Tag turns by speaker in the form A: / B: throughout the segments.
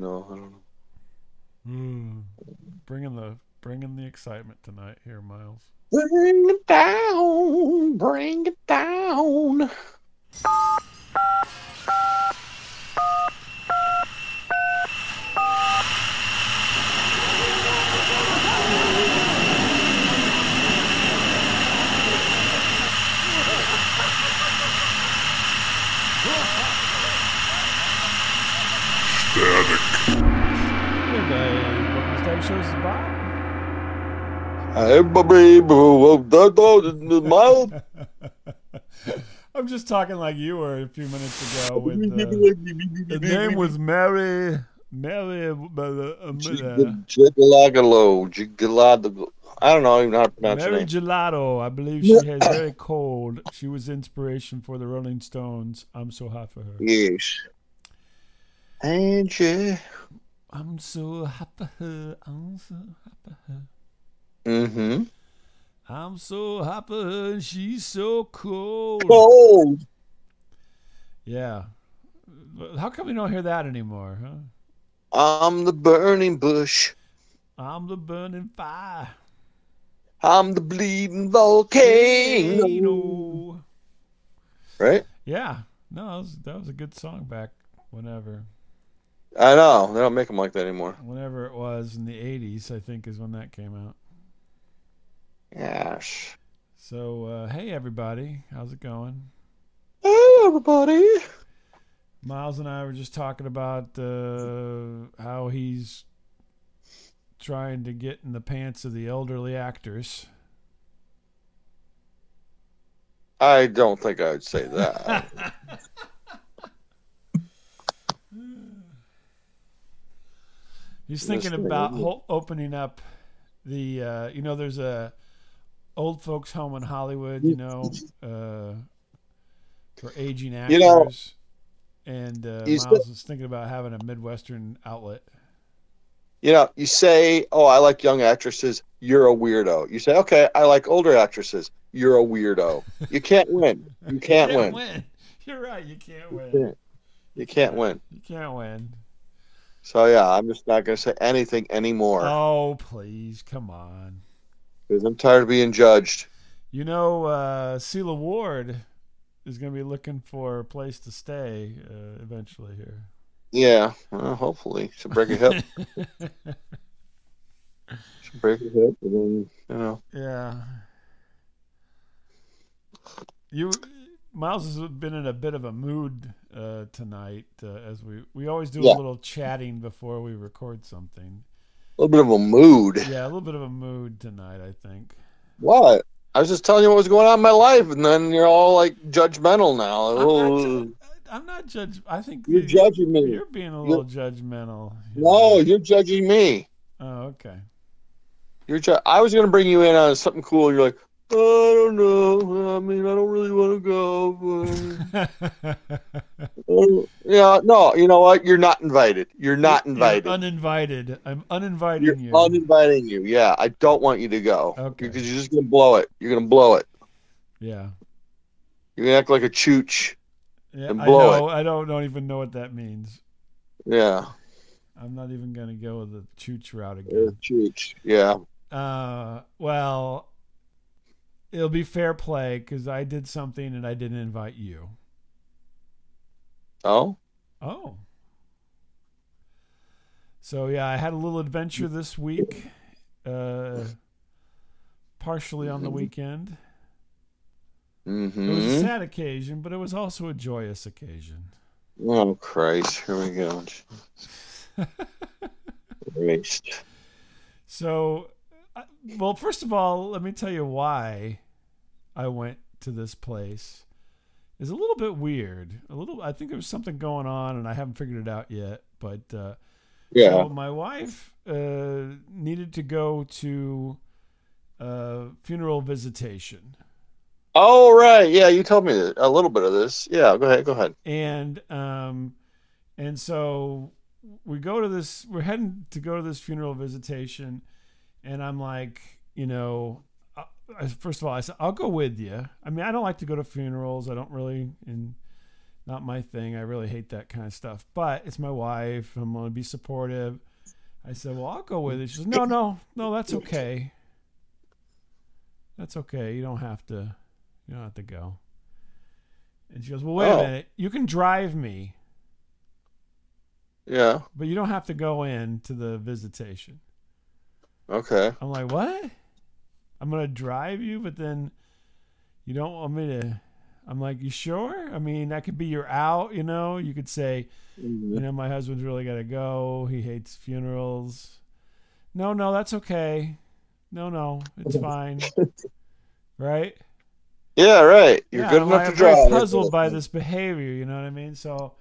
A: No, I don't know.
B: Mm. Bringing the bringing the excitement tonight here, Miles.
A: Bring it down. Bring it down.
B: Hey, welcome to Static Shows, this is Bob.
A: Hey, baby. Mild.
B: I'm just talking like you were a few minutes ago. With uh, the name was Mary. Mary. uh, uh,
A: Jigalagalo. Jigalad. I don't know even how to pronounce your
B: Mary
A: name.
B: Gelato, I believe she has very cold. She was inspiration for the Rolling Stones. I'm so hot for her.
A: Yes. And yeah.
B: I'm so hot for her. I'm so hot for her.
A: Mm-hmm.
B: I'm so hot for her, and she's so cold. Oh.
A: Cold.
B: Yeah. How come we don't hear that anymore, huh?
A: I'm the burning bush.
B: I'm the burning fire.
A: I'm the bleeding volcano.
B: Volcano.
A: Right?
B: Yeah. No, that was, that was a good song back whenever.
A: I know. They don't make them like that anymore.
B: Whenever it was in the 80s, I think, is when that came out.
A: Yes.
B: So, uh, hey, everybody. How's it going?
A: Hey, everybody.
B: Miles and I were just talking about uh, how he's trying to get in the pants of the elderly actors.
A: I don't think I would say that.
B: He's thinking
A: Just-
B: about ho- opening up the, uh, you know, there's a old folks home in Hollywood, you know, uh, for aging actors.
A: You know-
B: and uh,
A: You
B: Miles
A: said-
B: is thinking about having a Midwestern outlet.
A: you know, you say, "Oh, I like young actresses." You're a weirdo. You say, "Okay, I like older actresses." You're a weirdo. You can't win. You can't
B: you
A: win.
B: can't win. You're right. You can't win.
A: can't. You can't win.
B: You can't win.
A: So yeah, I'm just not gonna say anything anymore
B: Oh, please. Come on.
A: because I'm tired of being judged.
B: You know, uh, Celia Ward is going to be looking for a place to stay uh, eventually here.
A: Yeah. Well, hopefully, she'll break her hip. she'll break her hip, and then you know.
B: Yeah. You Miles has been in a bit of a mood uh, tonight uh, as we we always do
A: Yeah.
B: a little chatting before we record something.
A: A little bit of a mood.
B: Yeah, a little bit of a mood tonight, I think.
A: What? I was just telling you what was going on in my life, and then you're all like judgmental now.
B: I'm not,
A: Oh,
B: ju- I'm not judge. I think
A: you're
B: that
A: judging me.
B: You're being a little judgmental. you
A: No,
B: know.
A: you're judging me.
B: Oh, okay.
A: You're. Ju- I was gonna bring you in on something cool. You're like, "Oh, I don't know. I mean, I don't really want to go. Mm. but- yeah. No. You know what? You're not invited. You're not
B: You're
A: invited. You're,
B: uninvited. I'm uninviting you.
A: uninviting you. Yeah. I don't want you to go
B: Okay.
A: because you're just gonna blow it. You're gonna blow it.
B: yeah.
A: You're gonna act like a chooch.
B: Yeah,
A: And
B: I
A: blow
B: know. I don't don't even know what that means.
A: Yeah.
B: I'm not even gonna go with the chooch route
A: You're a
B: again.
A: chooch. Yeah.
B: Uh, well, it'll be fair play because I did something and I didn't invite you.
A: Oh.
B: Oh. So yeah, I had a little adventure
A: Mm.
B: this week, uh, partially on the weekend. It was a
A: Mm-hmm.
B: sad occasion, but it was also a joyous occasion.
A: Oh Christ. Here we go. Christ.
B: So, I, well, first of all, let me tell you why I went to this place. It's a little bit weird. A little, I think there was something going on, and I haven't figured it out yet. But uh,
A: Yeah.
B: so my wife uh, needed to go to uh, funeral visitation,
A: Oh right, yeah. You told me that- a little bit of this. Yeah, go ahead. Go ahead.
B: and um, and so we go to this. We're heading to go to this funeral visitation, and I'm like, you know, I, I- first of all, I said I'll go with you. I mean, I don't like to go to funerals. I don't really, and not my thing. I really hate that kind of stuff. But it's my wife. I'm going to be supportive. I said, well, I'll go with it. She says, no, no, no, that's okay. That's okay. You don't have to. You don't have to go. And she goes, well, wait
A: Oh.
B: a minute. You can drive me,
A: Yeah.
B: but you don't have to go in to the visitation.
A: Okay.
B: I'm like, what? I'm gonna drive you, but then you don't want me to. I'm like, you sure? I mean, that could be your out. You know, you could say, you know, my husband's really got to go. He hates funerals. No, no, that's okay. No, no, it's fine. Right?
A: Yeah. Right. You're
B: Yeah,
A: good
B: I'm
A: enough
B: like,
A: to
B: I'm very
A: drive.
B: Puzzled by this behavior, you know what I mean? So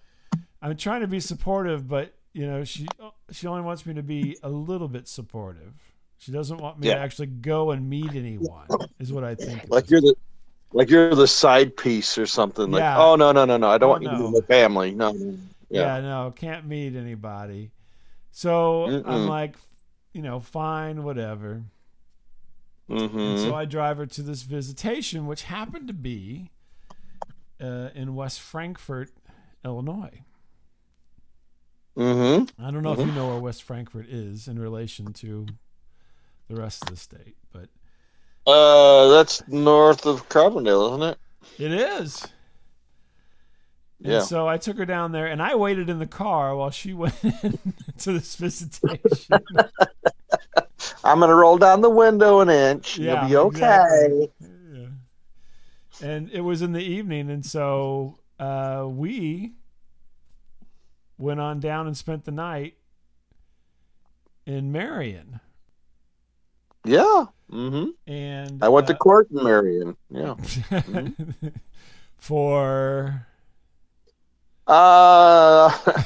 B: I'm trying to be supportive, but you know, she she only wants me to be a little bit supportive. She doesn't want me
A: Yeah.
B: to actually go and meet anyone. Is what I think. it
A: Like
B: is.
A: you're the. Like you're the side piece or something. Like,
B: Yeah.
A: oh no, no, no, no! I don't
B: Oh,
A: want you to
B: no.
A: be my family. No, no.
B: yeah.
A: Yeah.
B: no can't meet anybody so i'm
A: Mm-mm.
B: like you know fine whatever and
A: Mm-hmm.
B: so i drive her to this visitation which happened to be uh, in west frankfort illinois
A: Mm-hmm.
B: i don't know
A: Mhm.
B: if you know where west frankfort is in relation to the rest of the state but
A: Uh, that's north of Carbondale, isn't it?
B: it is and
A: Yeah.
B: so I took her down there, and I waited in the car while she went to this visitation.
A: I'm gonna roll down the window an inch.
B: Yeah,
A: You'll be okay.
B: exactly. Yeah. And it was in the evening, and so uh, we went on down and spent the night in Marion.
A: Yeah. Mm-hmm.
B: And
A: I went to
B: uh,
A: Mm-hmm. court in Marion. Yeah.
B: for
A: Uh,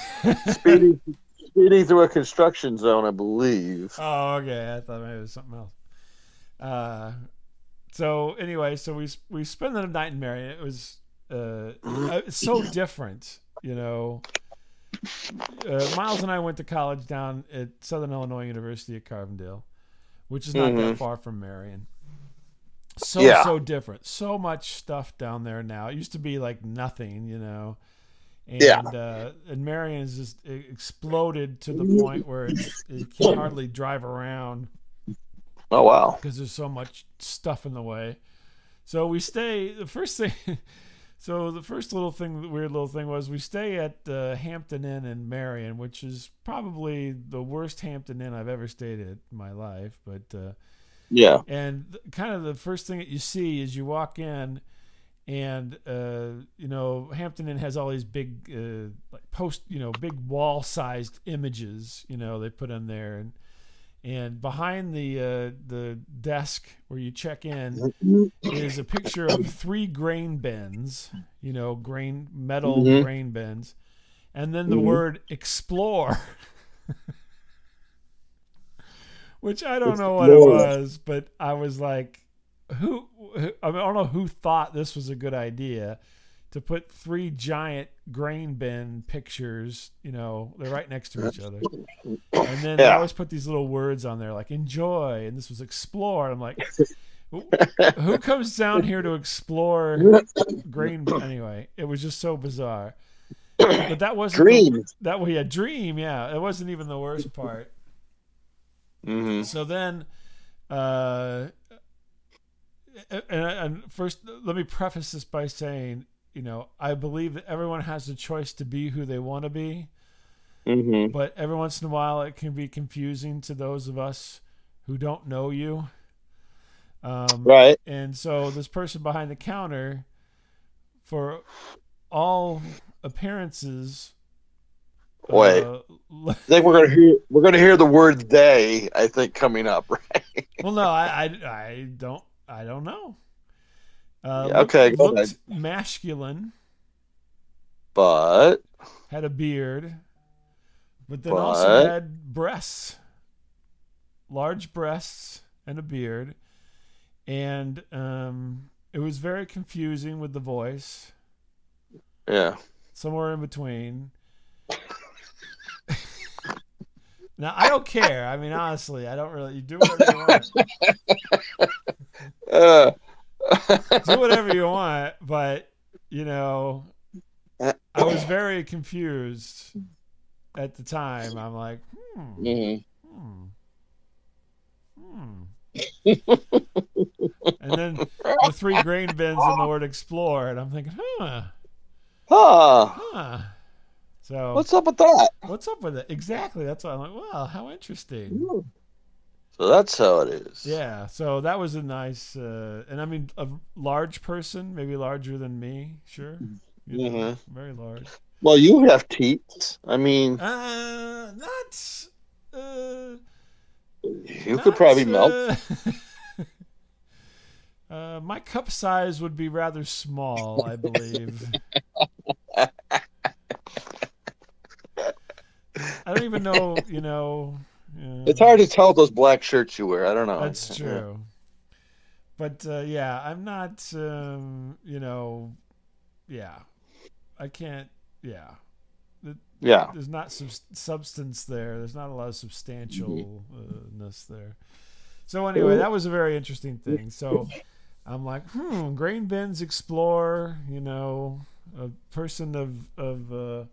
A: speeding, speeding through a construction zone, I believe.
B: Oh, okay. I thought maybe it was something else. Uh, so anyway, so we we spent the night in Marion. It was uh,
A: Oh,
B: uh, it's so different, you know. Uh, Miles and I went to college down at Southern Illinois University at Carbondale, which is not that
A: Mhm.
B: far from Marion. So
A: Yeah.
B: so different. So much stuff down there now. It used to be like nothing, you know. And
A: Yeah.
B: uh, and Marion's just it exploded to the point where it's, it can hardly drive around
A: Oh wow.
B: because there's so much stuff in the way. So we stay. The first thing, so the first little thing, the weird little thing was we stay at uh, Hampton Inn in Marion, which is probably the worst Hampton Inn I've ever stayed at in my life. But uh,
A: Yeah.
B: and th- kind of the first thing that you see is you walk in, and uh, you know Hampton Inn has all these big uh, like post, you know, big wall-sized images. You know they put in there, and and behind the uh, the desk where you check in is a picture of three grain bins. You know, grain metal
A: Mhm.
B: grain bins, and then the
A: Mhm.
B: word explore. Which I don't know what it
A: Explore.
B: was, but I was like, who, who I, mean, I don't know who thought this was a good idea to put three giant grain bin pictures you know they're right next to each other and then they
A: Yeah.
B: always put these little words on there like enjoy and this was explore and i'm like who- who comes down here to explore grain anyway it was just so bizarre but that wasn't the-
A: Dream.
B: that way a dream yeah it wasn't even the worst part
A: Mm-hmm.
B: so then, uh, and, and first, let me preface this by saying, you know, I believe that everyone has the choice to be who they want to be,
A: Mm-hmm.
B: but every once in a while it can be confusing to those of us who don't know you. Um,
A: Right.
B: and so this person behind the counter, for all appearances,
A: Wait.
B: uh,
A: I think we're gonna hear we're gonna hear the word "they." I think coming up. Right?
B: well, no, I, I, I don't, I don't know. Uh,
A: Yeah, okay,
B: looked,
A: go
B: looked masculine,
A: But
B: had a beard, but then
A: But-
B: also had breasts, large breasts, and a beard, and um, it was very confusing with the voice,
A: yeah.
B: somewhere in between. now I don't care. I mean, honestly, I don't really. You do whatever you want.
A: Uh,
B: do whatever you want, but you know, I was very confused at the time. I'm like, hmm,
A: Mhm.
B: hmm, hmm. and then the three grain bins and the word explore, and I'm thinking, huh,
A: Ah,
B: huh. So
A: what's up with that?
B: what's up with it? Exactly. That's why I'm like, wow, how interesting.
A: So that's how it is.
B: Yeah. So that was a nice, uh, and I mean, a large person, maybe larger than me, sure. You know,
A: Mhm.
B: Very large.
A: Well, you have teeth. I mean,
B: Uh, not. Uh,
A: you could probably melt.
B: Uh, my cup size would be rather small, I believe. I don't even know, you know. yeah.
A: It's hard to tell with those black shirts you wear. I don't know.
B: That's true. But uh, yeah, I'm not. Um, you know, yeah, I can't. Yeah,
A: Yeah.
B: there's not sub- substance there. There's not a lot of
A: Mm-hmm.
B: substantialness there. So anyway, that was a very interesting thing. So I'm like, hmm, grain bins explore. You know, a person of of uh,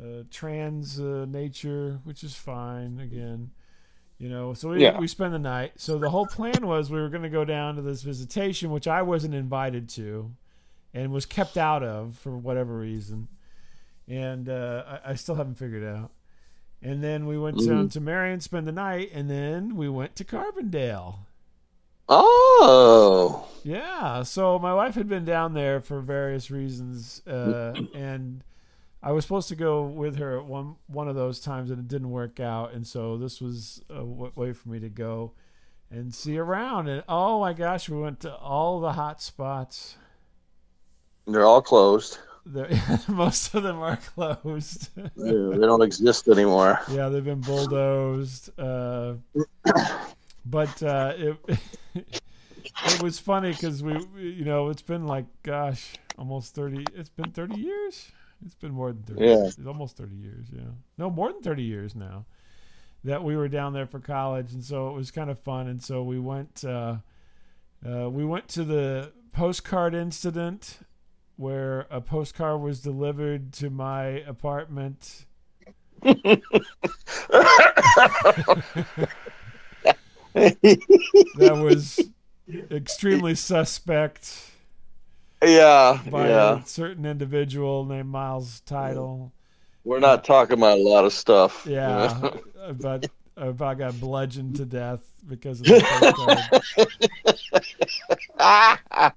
B: uh, trans uh, nature, which is fine. Again, you know, so we,
A: Yeah.
B: we spend the night. So the whole plan was we were going to go down to this visitation, which I wasn't invited to, and was kept out of for whatever reason, and uh, I, I still haven't figured out. And then we went down to Marion, spend the night, and then we went to Carbondale.
A: Oh.
B: Yeah. So my wife had been down there for various reasons, uh, and I was supposed to go with her at one one of those times, and it didn't work out. And so this was a w- way for me to go and see around. And oh my gosh, we went to all the hot spots.
A: They're all closed.
B: The- Most of them are closed.
A: Yeah, they don't exist anymore.
B: yeah, they've been bulldozed. Uh, but uh, it it was funny because we, we- you know, it's been like, gosh, almost thirty. It's been thirty years. It's been more than thirty.
A: Yeah.
B: It's almost thirty years. Yeah, no, more than thirty years now that we were down there for college, and so it was kind of fun. And so we went, uh, uh, we went to the postcard incident where a postcard was delivered to my apartment. that was extremely suspect
A: yeah.
B: by
A: yeah.
B: a certain individual named Miles Title.
A: We're not talking about a lot of stuff.
B: Yeah, but uh, I got bludgeoned to death because of that. postcard.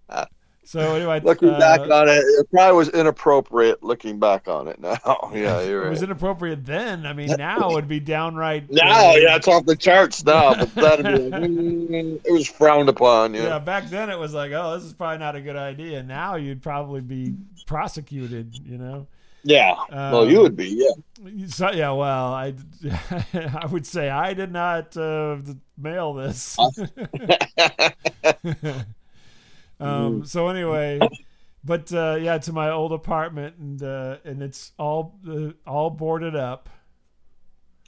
B: so anyway,
A: looking
B: uh,
A: back on it, it probably was inappropriate looking back on it now. Yeah, you're
B: It
A: right.
B: was inappropriate then. I mean, now it would be downright.
A: now,
B: uh,
A: yeah, it's off the charts now, but that'd be like, mm, it was frowned upon.
B: Yeah.
A: Yeah.
B: back then it was like, oh, this is probably not a good idea. Now you'd probably be prosecuted, you know.
A: Yeah. well,
B: Um,
A: you would be. Yeah.
B: So, yeah, well, I, I would say I did not uh, th- mail this. um, so anyway, but uh, yeah, to my old apartment and uh, and it's all uh, all boarded up.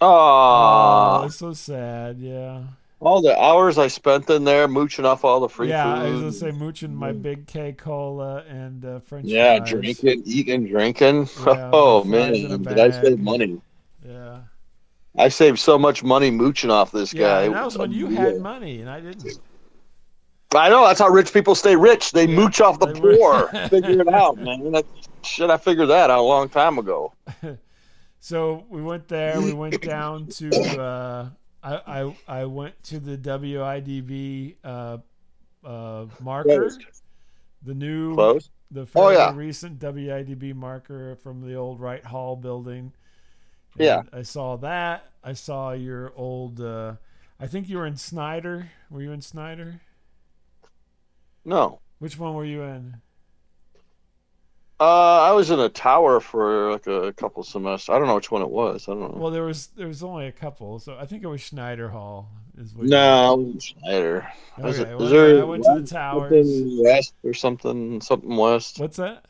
A: Aww.
B: it's so sad. Yeah,
A: all the hours I spent in there mooching off all the free
B: yeah. I was
A: food.
B: gonna say mooching my big K cola and uh, French
A: yeah,
B: fries.
A: drinking, eating, drinking.
B: Yeah,
A: oh man,
B: fries in a
A: did I
B: bag.
A: save money?
B: Yeah,
A: I saved so much money mooching off this
B: yeah.
A: guy.
B: And that was when you had money and I didn't.
A: I know that's how rich people stay rich. They
B: Yeah,
A: mooch off the
B: they were-
A: poor. Figure it out, man. That, shit, I figured that out a long time ago.
B: So we went there. We went down to. Uh, I, I I went to the WIDB uh, uh, marker,
A: Closed.
B: the new,
A: Close.
B: the
A: Oh,
B: fairly
A: yeah.
B: recent WIDB marker from the old Wright Hall building. And
A: Yeah.
B: I saw that. I saw your old. Uh, I think you were in Snyder. Were you in Snyder?
A: No.
B: Which one were you in?
A: Uh, I was in a tower for like a couple semesters. I don't know which one it was. I don't know.
B: Well, there was there was only a couple, so I think it was Schneider Hall. Is what you-
A: no, I was in Schneider. Is
B: Okay,
A: it-
B: well,
A: is there-
B: I went to the towers.
A: Something west or something, something west,
B: What's that?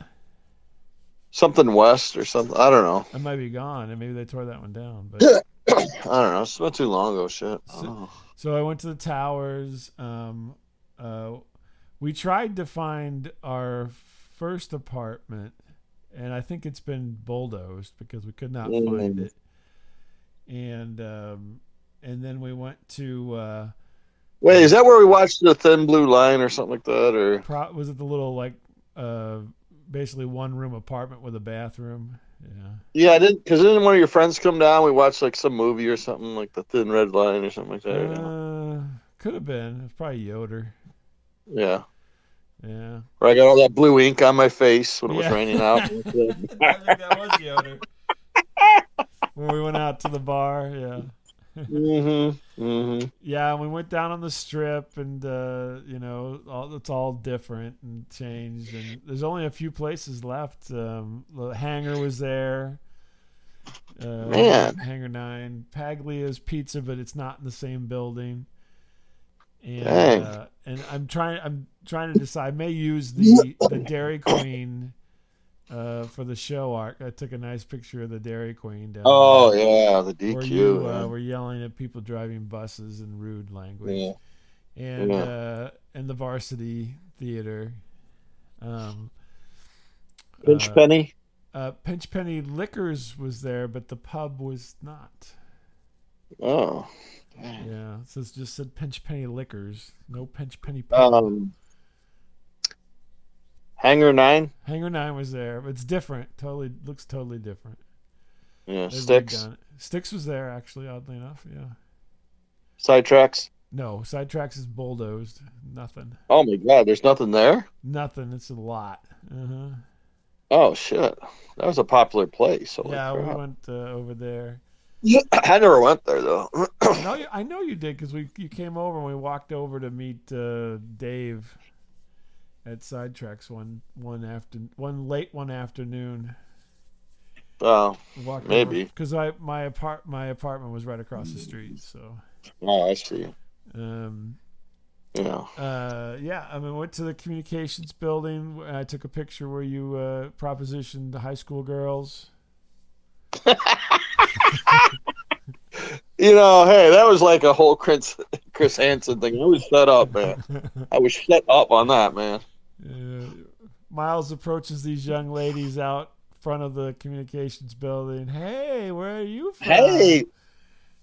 A: something west or something. I don't know.
B: I might be gone, and maybe they tore that one down. But
A: I don't know. It's not too long ago. Shit. Oh.
B: so I went to the towers. Um, uh, we tried to find our first apartment, and I think it's been bulldozed because we could not
A: Mm.
B: find it. And um, and then we went to uh,
A: Wait, is that where we watched the Thin Blue Line or something like that? Or
B: pro- was it the little like uh, basically one room apartment with a bathroom? Yeah.
A: yeah, I didn't because didn't one of your friends come down? We watched like some movie or something like the Thin Red Line or something like that.
B: Uh, could have been. It's probably Yoder.
A: yeah,
B: Yeah.
A: where I got all that blue ink on my face when it was
B: Yeah.
A: raining out.
B: I think that was Yoder. when we went out to the bar, yeah.
A: mm-hmm. Mm-hmm.
B: Yeah, and we went down on the strip and uh, you know, all it's all different and changed and there's only a few places left. Um, the hangar was there. Uh,
A: Man.
B: Hangar Nine. Paglia's pizza, but it's not in the same building. And
A: Dang.
B: uh, and I'm trying I'm trying to decide. I may use the the Dairy Queen uh, for the show arc. I took a nice picture of the Dairy Queen down
A: Oh
B: there
A: yeah, the
B: where
A: DQ.
B: you
A: yeah.
B: uh, were yelling at people driving buses in rude language, and
A: Yeah.
B: uh, and the varsity theater, um,
A: Pinch
B: uh,
A: Penny.
B: uh, Pinch Penny Liquors was there, but the pub was not.
A: Oh.
B: Yeah, so it's just said Pinch Penny Liquors, no Pinch Penny Pub.
A: Um. Hangar Nine.
B: Hangar Nine was there, but it's different. Totally looks totally different.
A: Yeah.
B: They've
A: Sticks.
B: redone it. Sticks was there actually, oddly enough. Yeah.
A: Sidetracks.
B: No, Sidetracks is bulldozed. Nothing.
A: Oh my God, there's nothing there.
B: Nothing. It's a lot. Uh huh.
A: Oh shit, that was a popular place. Holy
B: yeah, we
A: crap.
B: went uh, over there.
A: I never went there though.
B: No, you- I know you did because we you came over and we walked over to meet uh, Dave at Sidetracks one one after one late one afternoon.
A: oh,
B: We Walked
A: Maybe.
B: because I my apart my apartment was right across the street. So
A: oh, I see.
B: um,
A: Yeah.
B: uh, yeah, I mean went to the communications building. and I took a picture where you uh, propositioned the high school girls.
A: You know, hey, that was like a whole Chris Chris Hansen thing. I was shut up, man. I was shut up on that, man.
B: Uh, Miles approaches these young ladies out front of the communications building. Hey, where are you from?
A: Hey,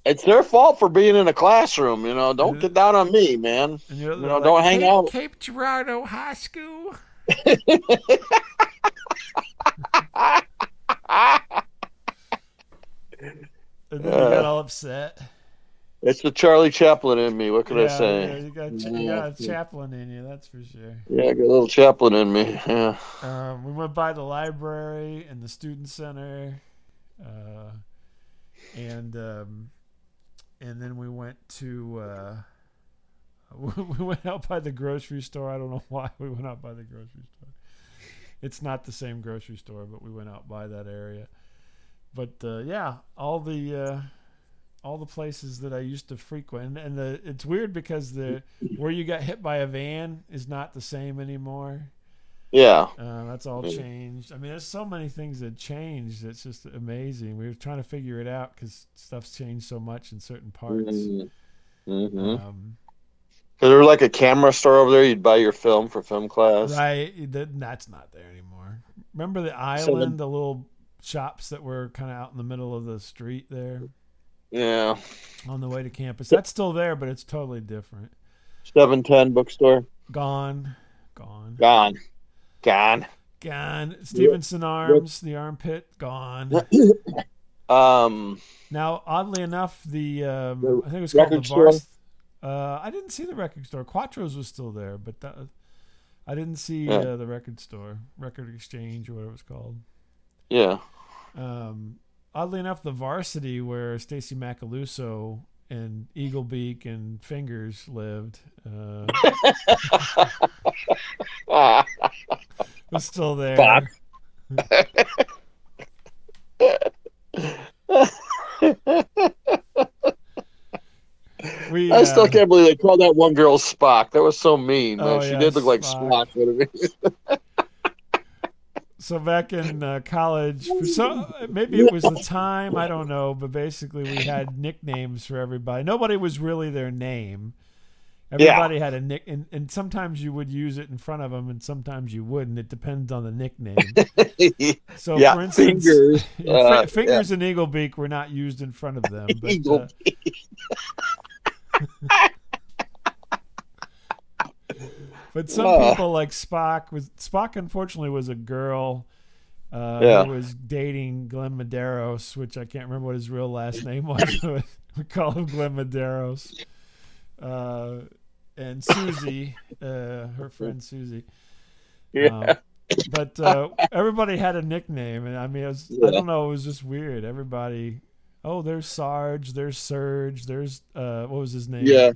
A: it's their fault for being in a classroom. You know, don't get down on me, man.
B: and you're,
A: you know, don't hang
B: "Cape-
A: out."
B: Cape Girardeau High School.
A: Ah!
B: And then you
A: Yeah.
B: got all upset.
A: It's the Charlie Chaplin in me. What could I
B: yeah, yeah,
A: say?
B: you got you got a
A: Yeah.
B: chaplain in you, that's for sure.
A: Yeah. I got a little Chaplin in me. Yeah.
B: Um, we went by the library and the student center, uh, and um, and then we went to uh, we went out by the grocery store. I don't know why we went out by the grocery store. It's not the same grocery store, but we went out by that area. But uh, yeah, all the uh, all the places that I used to frequent, and the, it's weird because the where you got hit by a van is not the same anymore.
A: Yeah.
B: Uh, that's all
A: Mm.
B: changed. I mean, there's so many things that changed. It's just amazing. We were trying to figure it out because stuff's changed so much in certain parts.
A: Mm-hmm.
B: Um,
A: Is there like a camera store over there? You'd buy your film for film class.
B: right? That, that's not there anymore. Remember the island,
A: So the-
B: the little shops that were kind of out in the middle of the street there
A: Yeah.
B: on the way to campus? That's still there, but it's totally different.
A: Seven ten bookstore.
B: Gone, gone,
A: Gone. Gone.
B: gone. Stevenson Arms, the armpit, gone.
A: Um
B: Now, oddly enough, the, um,
A: The
B: I think it was called the
A: record store?
B: Vars. Uh, I didn't see the record store. Quattro's was still there, but that, I didn't see
A: Yeah.
B: uh, the record store, record exchange, or whatever it's called.
A: yeah.
B: Um, oddly enough, the Varsity, where Stacy Macaluso and Eaglebeak and Fingers lived, uh,
A: Ah,
B: was still there.
A: Fuck.
B: We,
A: I still
B: uh,
A: can't believe they called that one girl Spock. That was so mean, man.
B: Oh,
A: she
B: yeah,
A: did look like
B: Spock.
A: Spock. wouldn't it?
B: So back in uh, college, for so uh, maybe it was the time I don't know, but basically we had nicknames for everybody. Nobody was really their name, Everybody had a nick, and, and sometimes you would use it in front of them, and sometimes you wouldn't. It depends on the nickname. So,
A: yeah,
B: for instance,
A: fingers.
B: fri-
A: uh,
B: fingers and eagle beak were not used in front of them. But,
A: Eagle
B: uh, but some
A: Ah.
B: people like Spock was Spock. Unfortunately, was a girl uh,
A: Yeah.
B: who was dating Glenn Medeiros, which I can't remember what his real last name was. but we call him Glenn Medeiros. Uh, and Susie, uh, her friend Susie.
A: Yeah.
B: Um, but uh, everybody had a nickname, and I mean, it was, I
A: Yeah.
B: don't know, it was just weird. Everybody, oh, there's Sarge, there's Surge, there's uh, what was his name?
A: Yeah.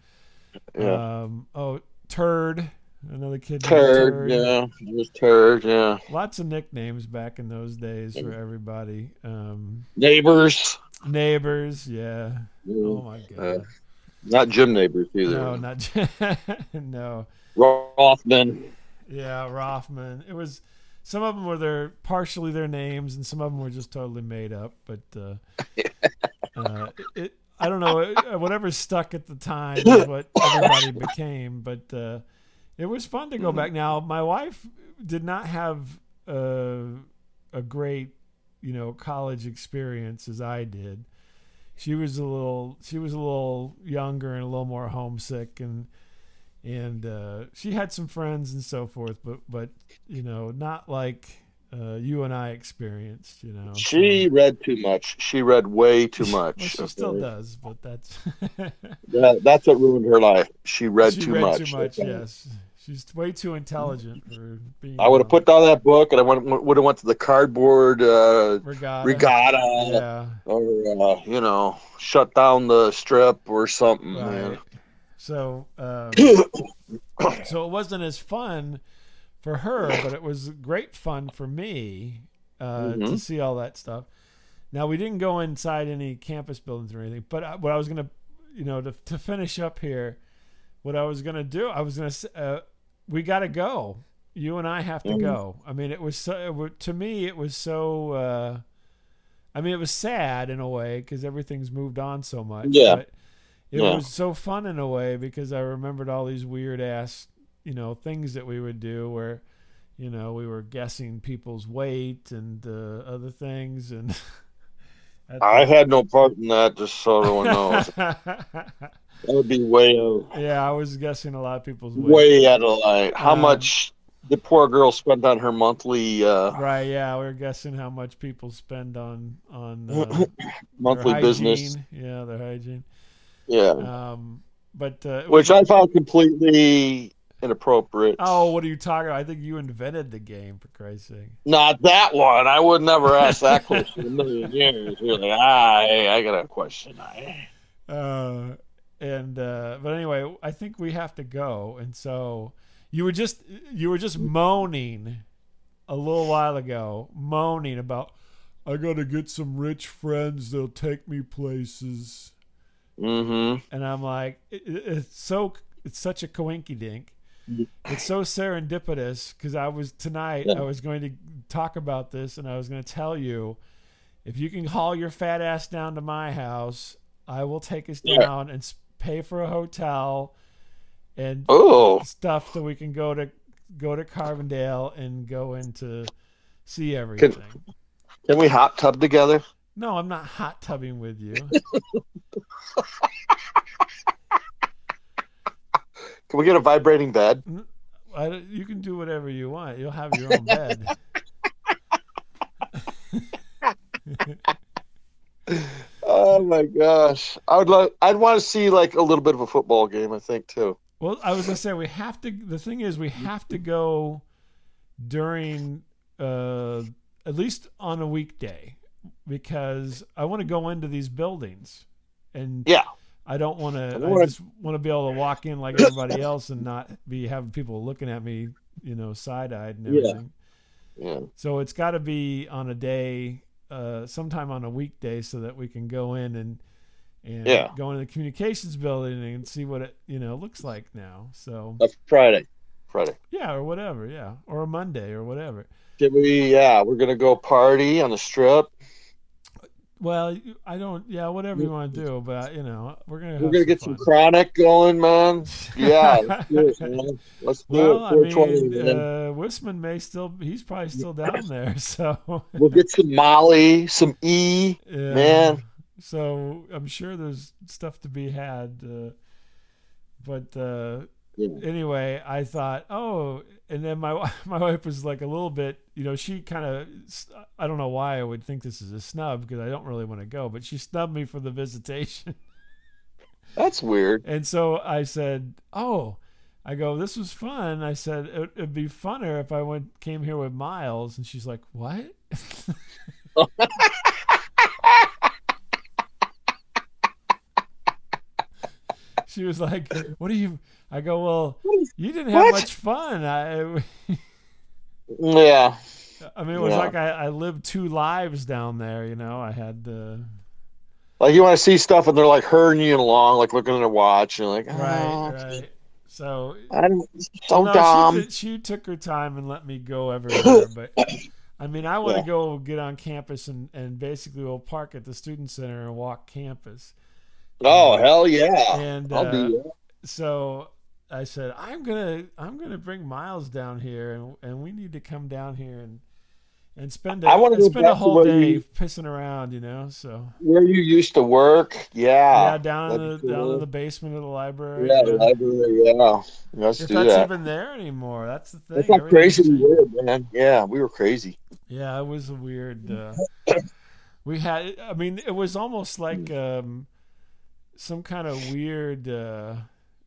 A: yeah.
B: Um, oh, Turd, another kid. named
A: turd, yeah. Just turd, yeah.
B: Lots of nicknames back in those days for everybody. Um,
A: Neighbors.
B: neighbors, yeah. Oh
A: Mm,
B: my god.
A: Not gym neighbors either.
B: no, not no.
A: Rothman.
B: Yeah, Rothman. It was some of them were their partially their names, and some of them were just totally made up. But uh, uh, it, I don't know. It, uh, whatever stuck at the time is what everybody became. But uh, it was fun to go back. Now, my wife did not have uh, a great, you know, college experience as I did. She was a little. She was a little younger and a little more homesick and and uh, she had some friends and so forth, but but you know, not like uh, you and I experienced. You know,
A: She read too much. She read way too much.
B: Well, she
A: okay?
B: still does, but that's
A: That- that's what ruined her life. She read
B: she
A: too
B: read
A: much.
B: too much.
A: okay?
B: Yes, she's way too intelligent for being.
A: I would have put
B: um,
A: down that book, and I would would have went to the cardboard uh,
B: regatta.
A: regatta,
B: Yeah,
A: or uh, you know, shut down the strip or something.
B: right.
A: Man.
B: So, um, so it wasn't as fun for her, but it was great fun for me uh, to
A: Mhm.
B: see all that stuff. Now we didn't go inside any campus buildings or anything, but I, what I was gonna, you know, to, to finish up here, what I was gonna do, I was gonna, s- uh, we gotta go. You and I have to
A: Mhm.
B: go. I mean, it was so it, wa- to me, it was so. Uh, I mean, it was sad in a way because everything's moved on so much.
A: Yeah.
B: But it
A: Yeah.
B: was so fun in a way because I remembered all these weird ass, you know, things that we would do where, you know, we were guessing people's weight and uh, other things and.
A: I had no part in that, just so everyone knows. that would be way out,
B: yeah, I was guessing a lot of people's weight.
A: way out of line. How
B: Um,
A: much the poor girl spent on her monthly uh,
B: Right, yeah, we were guessing how much people spend on on uh, their
A: monthly business?
B: hygiene. Yeah, their hygiene.
A: Yeah,
B: Um, but uh, it was-
A: which I found completely inappropriate.
B: Oh, what are you talking about? I think you invented the game, for Christ's sake.
A: Not that one. I would never ask that question in a million years. You're like, ah, hey, I got a question. I...
B: Uh, and uh, but anyway, I think we have to go. And so you were just you were just moaning a little while ago, moaning about I gotta get some rich friends. They'll take me places.
A: Mm-hmm.
B: And I'm like, it, it- it's so it's such a coinky dink. It's so serendipitous because I was tonight.
A: Yeah.
B: I was going to talk about this, and I was going to tell you, if you can haul your fat ass down to my house, I will take us
A: Yeah.
B: down and s- pay for a hotel and
A: Oh,
B: stuff so we can go to go to Carbondale and go into see everything.
A: can we hot tub together?
B: No, I'm not hot tubbing with you.
A: Can we get a vibrating bed?
B: I don't- you can do whatever you want. You'll have your own bed.
A: Oh my gosh, I would love. I'd want to see like a little bit of a football game. I think too.
B: Well, I was gonna say we have to. The thing is, we have to go during uh, at least on a weekday because I want to go into these buildings, and
A: Yeah.
B: I don't want to.
A: don't
B: I
A: wanna-
B: just want to be able to walk in like everybody else and not be having people looking at me, you know, side eyed and
A: Yeah.
B: everything.
A: Yeah.
B: So it's got to be on a day, uh, sometime on a weekday, so that we can go in and and
A: Yeah.
B: go into the communications building and see what it you know looks like now. So
A: That's Friday. Friday.
B: yeah, or whatever, yeah, or a Monday or whatever.
A: Can we? Yeah, we're gonna go party on the strip.
B: Well, I don't. Yeah, whatever you want to do, but you know, we're gonna have
A: We're gonna get some
B: fun.
A: chronic going, man. Yeah, let's do it, man. Let's do
B: Well, I
A: it. 420,
B: mean,
A: man.
B: uh, Wisman may still. He's probably still down there. So
A: We'll get some Molly, some E.
B: yeah.
A: Man.
B: So I'm sure there's stuff to be had, uh, but uh,
A: Yeah.
B: anyway, I thought, oh, and then my wi- my wife was like a little bit, you know, she kind of, I don't know why I would think this is a snub because I don't really want to go, but she snubbed me for the visitation.
A: That's weird.
B: And so I said, "Oh, I go. This was fun." I said, it, "It'd be funner if I went came here with Miles." And she's like, "What?" she was like, "What are you?" I go, "Well, you didn't have
A: What?
B: much fun." I,
A: Yeah.
B: I mean, it was
A: Yeah.
B: like I, I lived two lives down there. You know, I had the
A: Like you want to see stuff and they're like hurrying you along, like looking at a watch and you're like, oh,
B: right, right. So
A: I'm so
B: no,
A: dumb.
B: She, did- she took her time and let me go everywhere. but I mean, I want to
A: Yeah.
B: go get on campus and, and basically we'll park at the student center and walk campus.
A: Oh hell yeah!
B: And
A: I'll
B: uh,
A: do that.
B: so I said, I'm gonna I'm gonna bring Miles down here, and and we need to come down here and and spend a,
A: I wanna
B: and
A: go
B: spend
A: back
B: a
A: to
B: whole
A: where
B: day
A: you-
B: pissing around, you know. So
A: Where you used to work?
B: yeah,
A: Yeah.
B: down in the
A: Ah, that'd be
B: down
A: cool.
B: in the basement of the library.
A: Yeah,
B: you know.
A: library. Yeah. Let's
B: if
A: do
B: that's
A: that.
B: even there anymore, that's the thing.
A: That's how
B: Everything's
A: crazy we
B: changed.
A: were, man. Yeah, we were crazy.
B: Yeah, it was a weird. Uh, we had. I mean, it was almost like um, some kind of weird uh,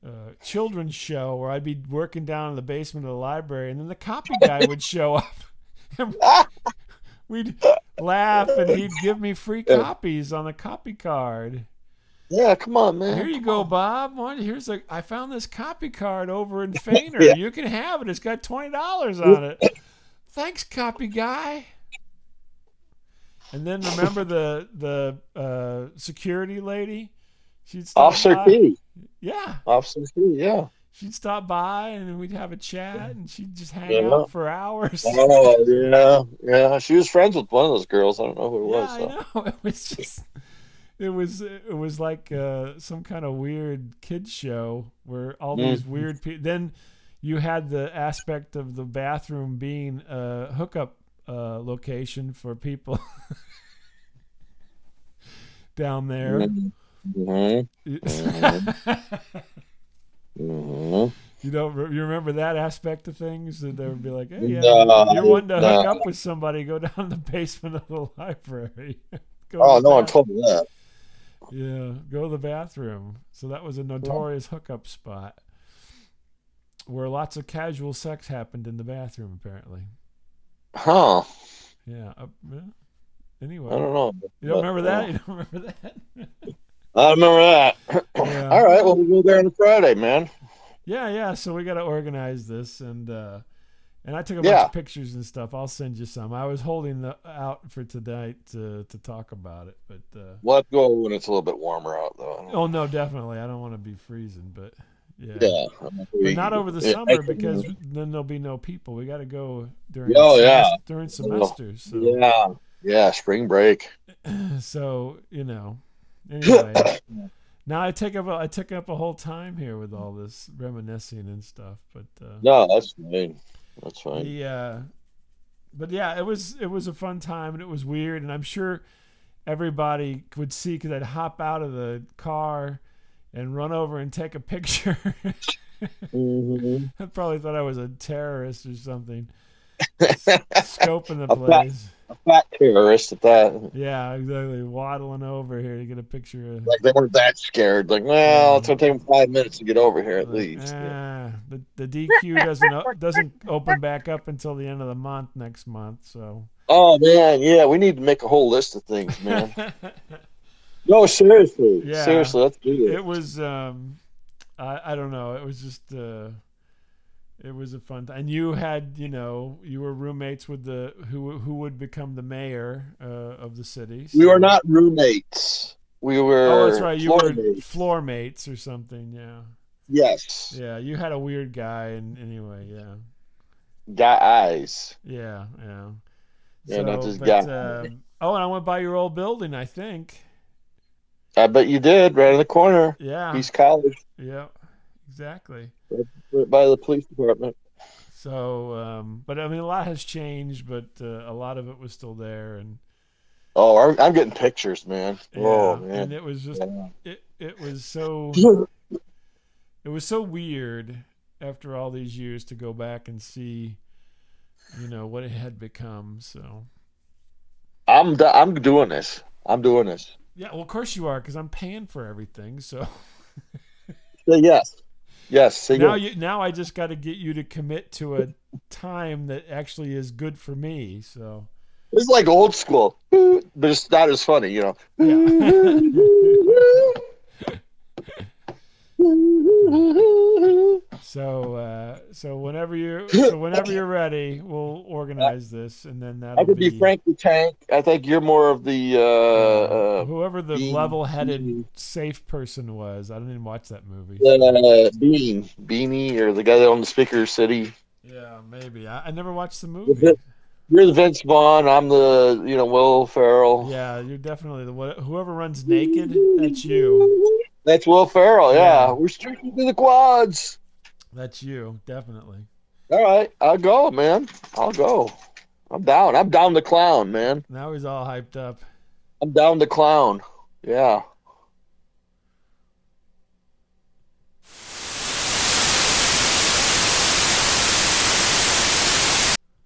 B: uh, children's show where I'd be working down in the basement of the library, and then the copy guy would show up. And we'd laugh, and he'd give me free copies on the copy card.
A: Yeah, come on, man.
B: Here
A: Oh,
B: you
A: Come
B: go,
A: on.
B: Bob. One, here's a. I found this copy card over in Fainer.
A: Yeah.
B: You can have it. It's got twenty dollars on it. Thanks, copy guy. And then remember the the uh, security lady. She'd stop
A: Officer
B: by.
A: P.
B: Yeah,
A: Officer P. Yeah.
B: she'd stop by and we'd have a chat, and she'd just hang
A: Yeah.
B: out for hours.
A: Oh yeah, yeah. She was friends with one of those girls. I don't know who it
B: Yeah,
A: was.
B: I
A: so.
B: know. It was just, it was, it was like uh, some kind of weird kids show where all
A: Mm.
B: these weird people. Then you had the aspect of the bathroom being a hookup uh, location for people down there.
A: Mhm, Mm-hmm. mhm.
B: you don't re- you remember that aspect of things that they would be like, hey, yeah,
A: No,
B: if you're wanting to hook
A: no.
B: up with somebody, go down to the basement of the library. Go
A: Oh no,
B: to the
A: one told me that.
B: Yeah, go to the bathroom. So that was a notorious hookup spot where lots of casual sex happened in the bathroom, apparently.
A: Huh?
B: Yeah. uh, yeah.
A: I
B: Anyway,
A: don't know.
B: you don't remember that?
A: uh,
B: You don't remember that?
A: I remember that.
B: Yeah.
A: All right, well we'll go there on Friday, man.
B: yeah, yeah. So we got to organize this, and uh, and I took a bunch
A: Yeah.
B: of pictures and stuff. I'll send you some. I was holding the out for tonight to to talk about it, but uh,
A: We'll have to go when it's a little bit warmer out, though.
B: oh no, definitely. I don't want to be freezing, but
A: yeah.
B: But not over the
A: Yeah.
B: summer because then there'll be no people. We got to go during
A: Oh,
B: semes-
A: yeah.
B: during semesters. So,
A: yeah, yeah, spring break.
B: so you know. Anyway, now I take up a, I took up a whole time here with all this reminiscing and stuff, but uh,
A: No, that's fine. That's fine.
B: the uh, but yeah, it was it was a fun time and it was weird and I'm sure everybody would see because I'd hop out of the car and run over and take a picture.
A: Mhm.
B: I probably thought I was a terrorist or something. Scoping the
A: A fat-
B: place.
A: Fat terrorist at that.
B: Yeah, exactly. Waddling over here to get a picture of.
A: Like they weren't that scared. Like, well, it's gonna take them five minutes to get over here at least.
B: Ah, the, the DQ doesn't o- doesn't open back up until the end of the month next month. So
A: Oh man, yeah, we need to make a whole list of things, man. no, seriously,
B: Yeah.
A: seriously, let's do it.
B: it was um, I I don't know. It was just uh, it was a fun time. And you had you know you were roommates with the who who would become the mayor uh, of the city.
A: We
B: so-
A: were not roommates. We were.
B: Oh, that's right. You
A: floor
B: were
A: mates.
B: floor mates or something. Yeah.
A: Yes,
B: Yeah. You had a weird guy, and anyway, yeah.
A: guys.
B: Yeah, yeah.
A: Yeah, not this
B: but,
A: guy.
B: um, oh, and I went by your old building, I think.
A: I bet you did, right in the corner.
B: Yeah.
A: East College,
B: yeah. Exactly.
A: right by the police department.
B: So, um, but I mean, a lot has changed, but uh, a lot of it was still there, and
A: Oh, I'm, I'm getting pictures, man. Oh
B: yeah,
A: man.
B: and it was just it, it was so it was so weird after all these years to go back and see, you know, what it had become. So
A: I'm do- I'm doing this. I'm doing this.
B: yeah, well, of course you are, because I'm paying for everything. So
A: Say yes. Yes. Say
B: now
A: yes.
B: you now I just got to get you to commit to a time that actually is good for me. So
A: It's like old school, but it's not as funny, you know.
B: so uh, so whenever you so whenever you're ready, we'll organize this, and then that
A: I could be Frank the Tank. I think you're more of the. Uh, uh,
B: whoever the
A: Bean.
B: level-headed safe person was. I didn't even watch that movie.
A: uh, Bean, Beanie, or the guy that owned the Speaker City.
B: Yeah, maybe. I, I never watched the movie.
A: it- You're the Vince Vaughn. I'm the, you know, Will Ferrell.
B: Yeah, you're definitely the what- whoever runs naked. That's you.
A: That's Will Ferrell. Yeah,
B: Yeah.
A: we're streaking through the quads.
B: That's you, definitely.
A: All right, I'll go, man. I'll go. I'm down. I'm down the clown, man.
B: Now he's all hyped up.
A: I'm down the clown. Yeah.